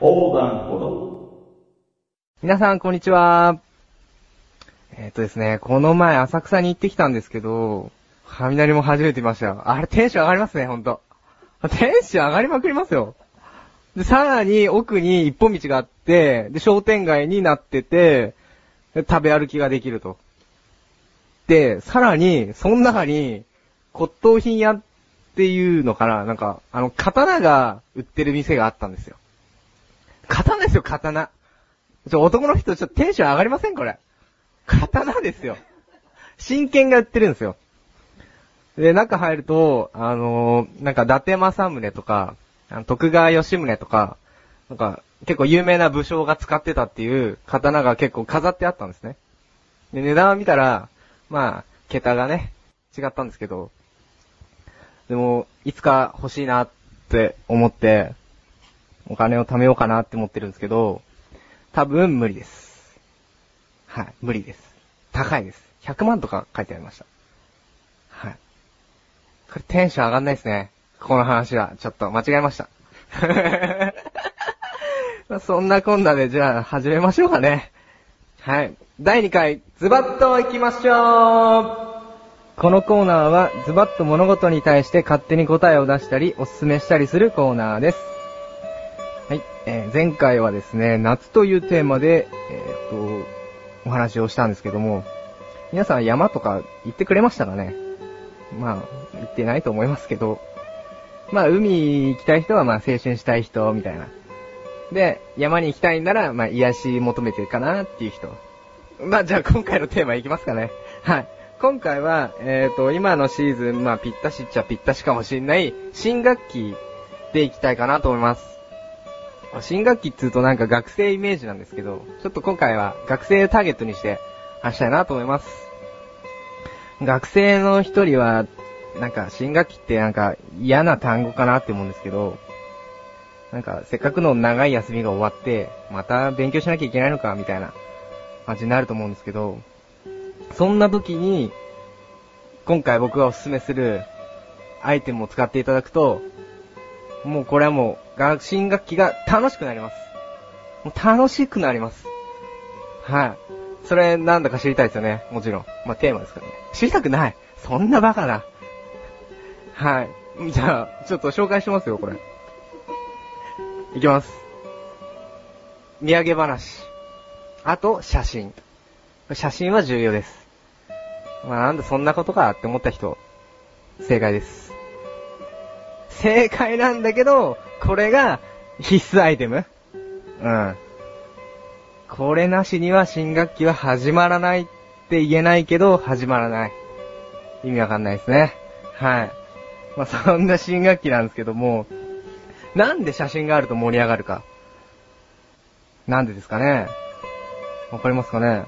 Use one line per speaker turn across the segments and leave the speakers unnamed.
横断歩道。
皆さん、こんにちは。えっ、とですね、この前浅草に行ってきたんですけど、雷も初めて見ましたよ。あれ、テンション上がりますね、ほんと。テンション上がりまくりますよ。で、さらに奥に一本道があって、で、商店街になってて、で食べ歩きができると。で、さらに、その中に、骨董品屋っていうのかな、なんか、あの、刀が売ってる店があったんですよ。刀ですよ、刀。ちょ、男の人、ちょっとテンション上がりませんこれ。刀ですよ。真剣が売ってるんですよ。で、中入ると、あのーなんか、伊達政宗とか、あの徳川吉宗とか、なんか、結構有名な武将が使ってたっていう刀が結構飾ってあったんですね。で、値段を見たら、まあ、桁がね、違ったんですけど、でも、いつか欲しいなって思って、お金を貯めようかなって思ってるんですけど、多分無理です。はい、無理です。高いです。100万とか書いてありました。はい。これテンション上がんないですね。この話は。ちょっと間違えました。 まあそんなこんなで、じゃあ始めましょうかね。はい。第2回、ズバッと行きましょうこのコーナーは、ズバッと物事に対して勝手に答えを出したり、おすすめしたりするコーナーです。はい、えー前回はですね、夏というテーマで、えーっと、お話をしたんですけども、皆さん山とか行ってくれましたかねまあ、行ってないと思いますけど、まあ、海行きたい人は、まあ、青春したい人、みたいな。で、山に行きたいんなら、まあ、癒し求めてるかなっていう人。まあ、じゃあ今回のテーマいきますかね。はい。今回は、えーっ、と、今のシーズン、まあ、ぴったしっちゃぴったしかもしんない、新学期で行きたいかなと思います。新学期っつうとなんか学生イメージなんですけど、ちょっと今回は学生をターゲットにして話したいなと思います。学生の一人は、なんか新学期ってなんか嫌な単語かなって思うんですけど、なんかせっかくの長い休みが終わって、また勉強しなきゃいけないのかみたいな感じになると思うんですけど、そんな時に、今回僕がおすすめするアイテムを使っていただくと、もうこれはもう、学新学期が楽しくなります。もう楽しくなります。はい。それなんだか知りたいですよね。もちろん。まあ、テーマですからね。知りたくない。そんなバカな。はい。じゃあ、ちょっと紹介しますよ、これ。いきます。土産話。あと、写真。写真は重要です。まあ、なんだそんなことかって思った人、正解です。正解なんだけど、これが必須アイテムうん。これなしには新学期は始まらないって言えないけど、始まらない。意味わかんないですね。はい。まあ、そんな新学期なんですけども、なんで写真があると盛り上がるか。なんでですかねわかりますかね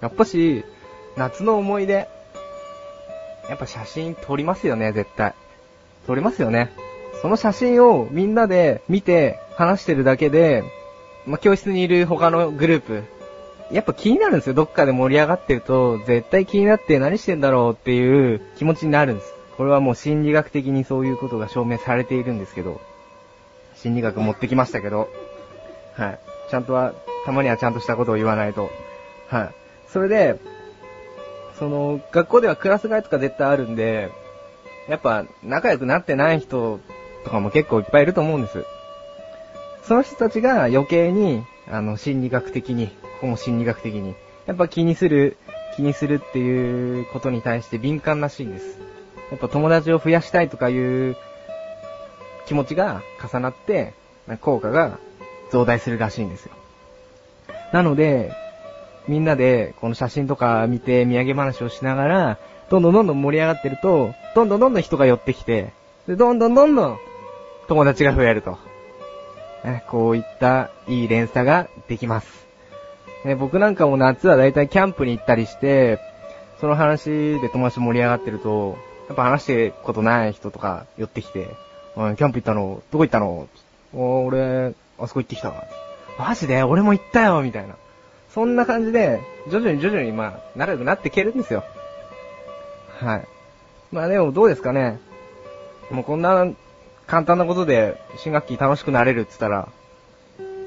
やっぱし、夏の思い出、やっぱ写真撮りますよね、絶対。撮れますよね。その写真をみんなで見て話してるだけで、まあ、教室にいる他のグループ、やっぱ気になるんですよ。どっかで盛り上がってると、絶対気になって何してんだろうっていう気持ちになるんです。これはもう心理学的にそういうことが証明されているんですけど、心理学持ってきましたけど、はい。ちゃんとは、たまにはちゃんとしたことを言わないと。はい。それで、その、学校ではクラス替えとか絶対あるんで、やっぱ仲良くなってない人とかも結構いっぱいいると思うんです。その人たちが余計に、あの、心理学的に、ここも心理学的に、やっぱ気にする、気にするっていうことに対して敏感らしいんです。やっぱ友達を増やしたいとかいう気持ちが重なって、効果が増大するらしいんですよ。なので、みんなで、この写真とか見て、土産話をしながら、どんどんどんどん盛り上がってると、どんどんどんどん人が寄ってきて、で、どんどんどんどん、友達が増えると。ねこういった、いい連鎖ができます。ね僕なんかも夏はだいたいキャンプに行ったりして、その話で友達と盛り上がってると、やっぱ話してることない人とか寄ってきて、うん、キャンプ行ったのどこ行ったのおー俺、あそこ行ってきた。マジで俺も行ったよみたいな。そんな感じで、徐々に徐々にまあ、仲良くなっていけるんですよ。はい。まあでもどうですかね。もうこんな簡単なことで新学期楽しくなれるって言ったら、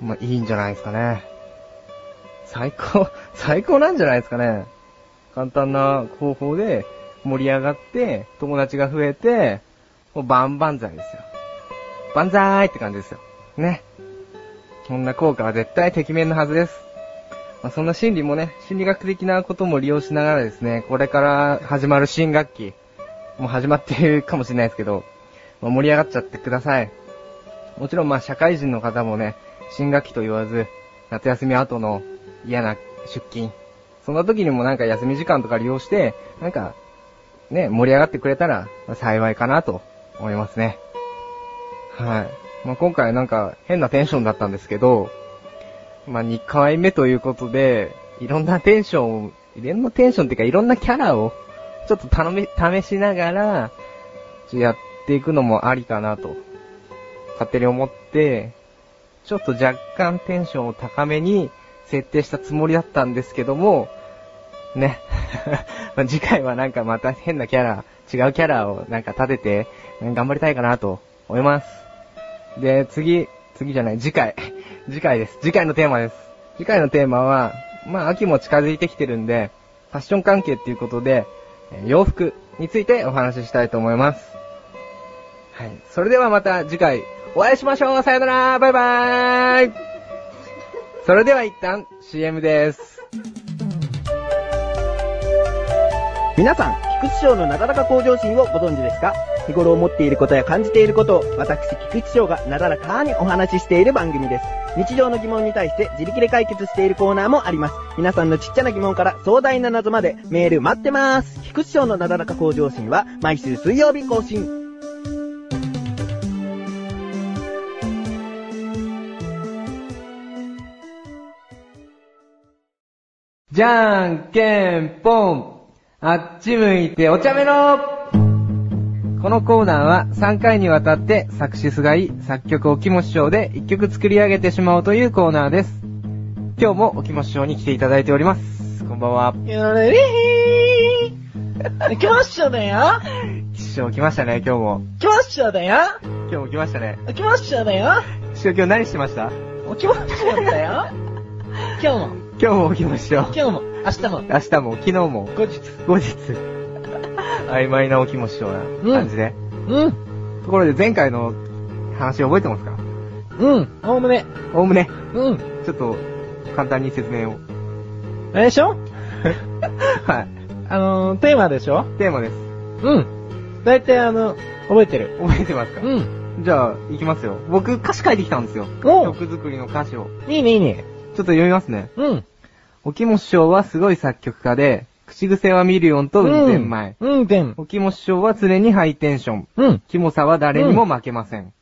まあ、いいんじゃないですかね。最高、 最高なんじゃないですかね。簡単な方法で盛り上がって、友達が増えて、もう万々歳ですよ。万歳って感じですよ。ね。そんな効果は絶対適面のはずです。まあ、そんな心理もね、心理学的なことも利用しながらですね、これから始まる新学期、もう始まっているかもしれないですけど、まあ、盛り上がっちゃってください。もちろんまあ社会人の方もね、新学期と言わず、夏休み後の嫌な出勤。そんな時にもなんか休み時間とか利用して、なんか、ね、盛り上がってくれたらまあ幸いかなと思いますね。はい。まあ、今回なんか変なテンションだったんですけど、まあ、2回目ということで、いろんなテンションを、いろんなテンションっていうかいろんなキャラを、ちょっと頼み、試しながら、ちょっとやっていくのもありかなと、勝手に思って、ちょっと若干テンションを高めに設定したつもりだったんですけども、ね。 まあ次回はなんかまた変なキャラ、違うキャラをなんか立てて、うん頑張りたいかなと思います。で、次、次じゃない、次回。 次回です。次回のテーマです。次回のテーマは、まあ秋も近づいてきてるんで、ファッション関係っていうことで、えー洋服についてお話ししたいと思います。はい。それではまた次回お会いしましょうさよならバイバーイそれでは一旦 CM です。
皆さん、菊池賞のなだらか向上心をご存知ですか日頃思っていることや感じていることを、私、菊池賞がなだらかにお話ししている番組です。日常の疑問に対して自力で解決しているコーナーもあります。皆さんのちっちゃな疑問から壮大な謎までメール待ってます。菊池賞のなだらか向上心は毎週水曜日更新。
じゃんけんぽんあっち向いてお茶目のこのコーナーは3回にわたって作詞すがい、作曲おきも師匠で1曲作り上げてしまおうというコーナーです。今日もおきも師匠に来ていただいております。こんばんは。
よれりー来まっしょだよ
師匠来ましたね、今日も。
来まっしょだよ
今日も来ましたね。
来まっしょだよ
師匠今日何してました
来まっしょだよ今日も、
今日もおきも師匠。
今日も、明日も、
明日も昨日も
後日。
後日、曖昧なお気持ちような感じで。
うん、
ところで前回の話覚えてますか
うん、おおむね、
おおむね、
うん。
ちょっと簡単に説明を。
あれでしょ
はい。
あのー、テーマでしょ
テーマです。
うん。だいたいあの、覚えてる。
覚えてますか、
うん。
じゃあ、行きますよ。僕、歌詞書いてきたんですよ。
おう
曲作りの歌詞を。
いいね、いいね。
ちょっと読みますね。
うん。
おきも師匠はすごい作曲家で、口癖はミリオンと運転前。
うん、うん、でん。
おきも師匠は常にハイテンション。
うん。
キモさは誰にも負けません。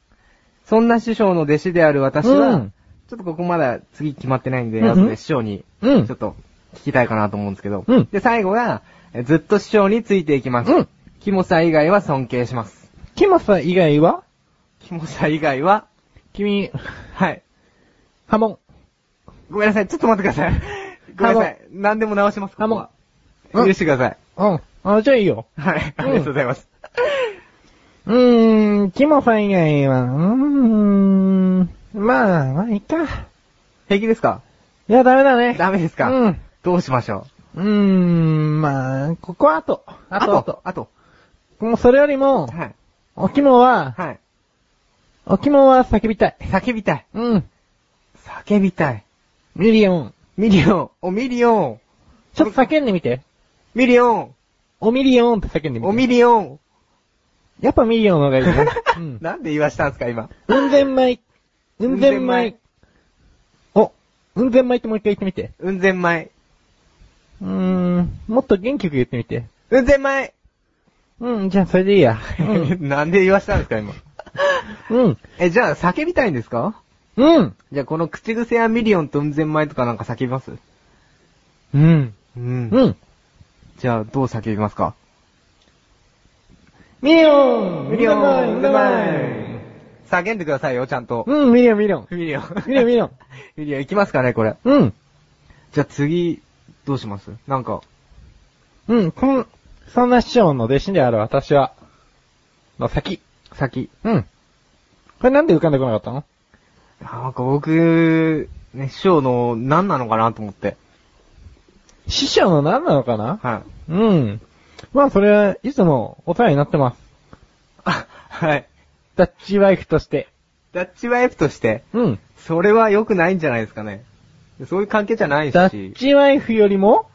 そんな師匠の弟子である私は、
うん
ちょっとここまだ次決まってないんで、
うんうん
後で師匠に、ち
う
ょっ
ん。
と聞きたいかなと思うんですけど。
うん
で、最後が、えずっと師匠についていきます。
うん
キモさ以外は尊敬します。
キモさん以外は
キモさ以外は、
君、
はい。
波紋。
ごめんなさい、ちょっと待ってくださ い。ごめんなさい。何でも直します、ここは。
うん
許してください。
うん。あ、じゃあいいよ。
はい。あ
うん
りがとうございます。
うーん、キモさん以外は、うーん、まあ、まあ、いいか。
平気ですか
いや、ダメだね。
ダメですか、
うん。
どうしましょ
うーん、まあ、ここは後。
う
後後。
あと。
もうそれよりも、
はい。
おキモは、
はい。
おキモは叫びたい。
叫びたい。
うん。
叫びたい。
ミリオン。
ミリオン、おミリオン、
ちょっと叫んでみて。
ミリオン、
おミリオンって叫んでみて。
おミリオン。
やっぱミリオンの方がいい ね。うん。
なんで言わしたんですか、今。
うんぜんまい。うんぜん
う
ま
んぜん
い。お、うんぜんまいってもう一回言ってみて。
うんぜんまい。
うーん、もっと元気よく言ってみて。
うんぜんまい。
うん、じゃあそれでい いや。うん。
なんで言わしたんですか、 今。
うん。
え、じゃあ叫びたいんですか
うん。
じゃあこの口癖やミリオンとうんぜんまいとかなんか叫びます
うん。
うん
うん。
じゃあどう叫びますか
ミリオン
ミリオン、うんぜんま
ン
い。叫んでくださいよ、ちゃんと。
うん、ミリオン、ミリオン。
ミリオン。
ミリオン、ミリオン。
ミリオン、いきますかね、これ。
うん。
じゃあ次、どうしますなんか、
うん、こん、そんな師匠の弟子である私は、の先。
先。
うん。これなんで浮かんでこなかったの
あなんか僕、ね、師匠の何なのかなと思って。
師匠の何なのかな
はい。
うん。まあ、それはいつもお世話になってます。
あ、はい。
ダッチワイフとして。
ダッチワイフとして、
うん。
それは良くないんじゃないですかね。そういう関係じゃない
ダッ
し、
チワイフよりも、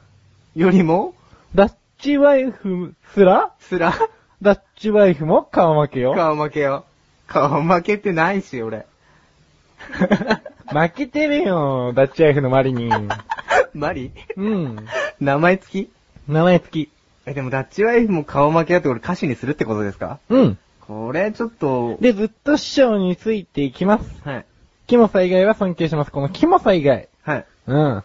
よりも、
ダッチワイフすら、
すら、
ダッチワイフも顔負けよ。
顔負けよ。顔負けてないし、俺。
負けてるよ、ダッチワイフの周りに。
マリ
うん。
名前付き
名前付き。
え、でもダッチワイフも顔負けだって俺歌詞にするってことですか
うん。
これちょっと、
で、ずっと師匠についていきます。
はい。
キモサ以外は尊敬します。このキモサ以外。
はい。
うん。ま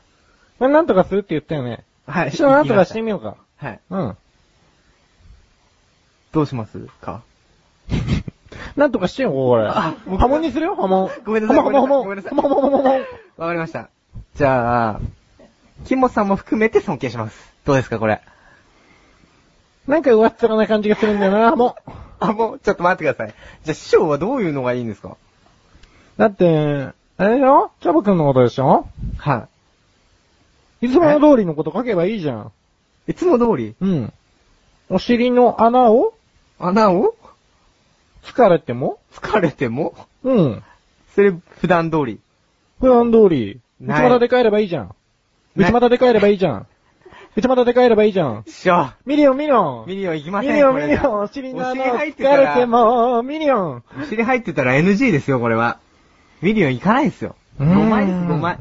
あ、なんとかするって言ったよね。
はい。
師匠なんとかしてみようか。
はい。
うん。
どうしますか
なんとかしてよ、これ。
あもう
波紋にするよ、波紋。
ごめんなさい
波紋、波紋、
ごめんなさい
波紋、波紋、波紋。
わかりました。じゃあ、キモさんも含めて尊敬します。どうですか、これ。
なんか上っ面な感じがするんだよな、もう。
あ、もう、ちょっと待ってください。じゃあ、師匠はどういうのがいいんですか
だって、あれでしょキャバ君のことでしょ
はい
つもの通りのこと書けばいいじゃん。
い。いつも通り、
うん。お尻の穴を
穴を
疲れても
疲れても、
うん。
それ、普段通り。
普段通り。内
ない
股で帰ればいいじゃん。
ない
内股で帰ればいい じゃん。内股で帰ればいいじゃん。
師匠、
ミリオン、ミリオン。
ミリオン行きません
ミリオン、
これ
ミリオン。お尻の穴
お
を
尻入ってた
疲
ら
れても、ミリオン。
お尻入ってたら NG ですよ、これは。ミリオン行かないですよ。
う
5
ーん
枚です、5枚。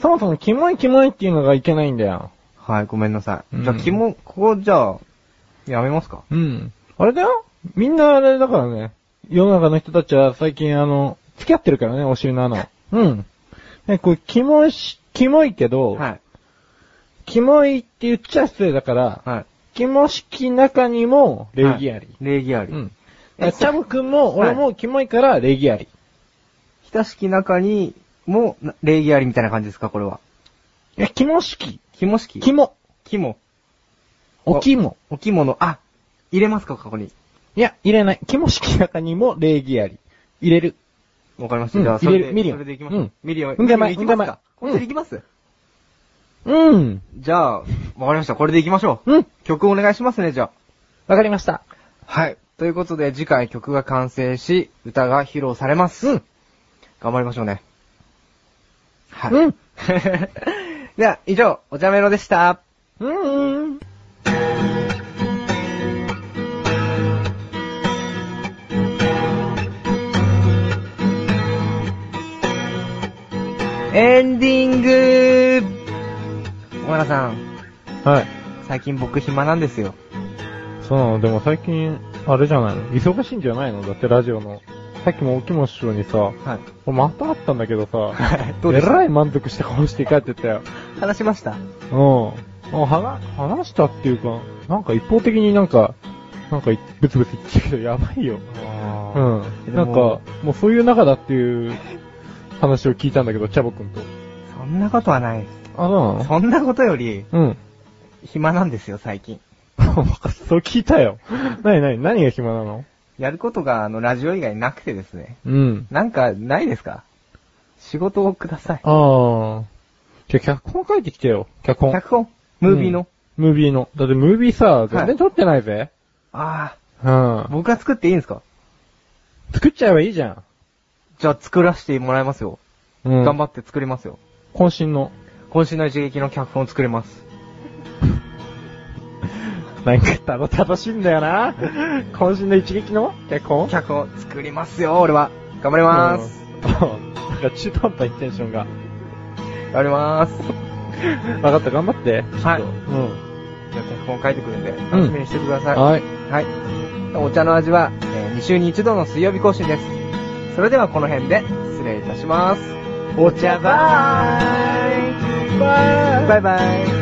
そもそもキモいキモいっていうのがいけないんだよ。
はい、ごめんなさ
うん
い。じゃあ、キモ、ここじゃあ、やめますか
うん。あれだよみんなあれだからね。世の中の人たちは最近あの、付き合ってるからね、お尻の穴。うん。ね、これ、キモいし、キモいけど、
はい。
キモいって言っちゃ失礼だから、
はい。
キモ式中にも礼儀あり。
礼儀あり。
うん。チ
え
ャブ君も俺もキモいから礼儀あり。
親しき中にも、な礼儀ありみたいな感じですか、これは。
いや、キモ式。
肝式
キモ。
肝。
おキモ。
お着物、あ、入れますか、ここに。
いや、入れない。キモ式中にも礼儀あり。入れる。
わかりまし
う
た。
ん
じゃあ、それ
入れ
で、
るミリオ
そ
ン
れでいきます。
うん
ミリオン。
うん
ミリオン
う
い
ん
きますか。
う
こ
ん
れでいきます。
うん。
じゃあ、わかりました。これでいきましょう。
うん。
曲お願いしますね、じゃ
わかりました。
あ。はい。ということで、次回曲が完成し、歌が披露されます。
うん。
頑張りましょうね。はい。
うん。
では、以上、お茶メロでした。
うん。
エンディング小村さん、
はい。
最近僕暇なんですよ。
そうなの、でも最近、あれじゃないの忙しいんじゃないのだってラジオの。さっきも沖本師匠にさ、
はい。
俺また会ったんだけ どさ、
はい。どう
え
でし
らい満足した顔して帰ってったよ。
た話しました
うん。もう話、話したっていうか、なんか一方的になんか、なんかいブツブツ言ってるけどやばいよ。う。
うんん
なんか、もうそういう仲だっていう話を聞いたんだけど、チャボくんと。
そんなことはないで
あ、そう
す。そんなことより、
なのうん。
暇なんですよ、最近。
そう聞いたよ。なになに何が暇なの
やることが、あの、ラジオ以外なくてですね。
うん。
なんか、ないですか仕事をください。
ああ。じゃ、脚本書いてきてよ。脚本。
脚本ムービーの、
ムービーの。だってムービーさ、全然撮ってないぜ。
ああ、
うん。
僕が作っていいんですか
作っちゃえばいいじゃん。
じゃあ作らせてもらいますよ。
うん。
頑張
っ
って作りますよ。
渾身の。
今週の一撃の脚本を作れます。
なんか、ただ楽しいんだよな。渾身の一撃の脚本
脚本作りますよ、俺は。頑張りまーす。
うん。 なんか中途半端にテンションが。
頑張りまーす。
分かった、頑張って。
はい
うん。
じゃあ脚本書いてくるんで、楽しみにしててください。
はい。
はい。お茶の味は、え2週に1度の水曜日更新です。それではこの辺で失礼いたします。
お茶ばーい。バーイ。
バイバイ。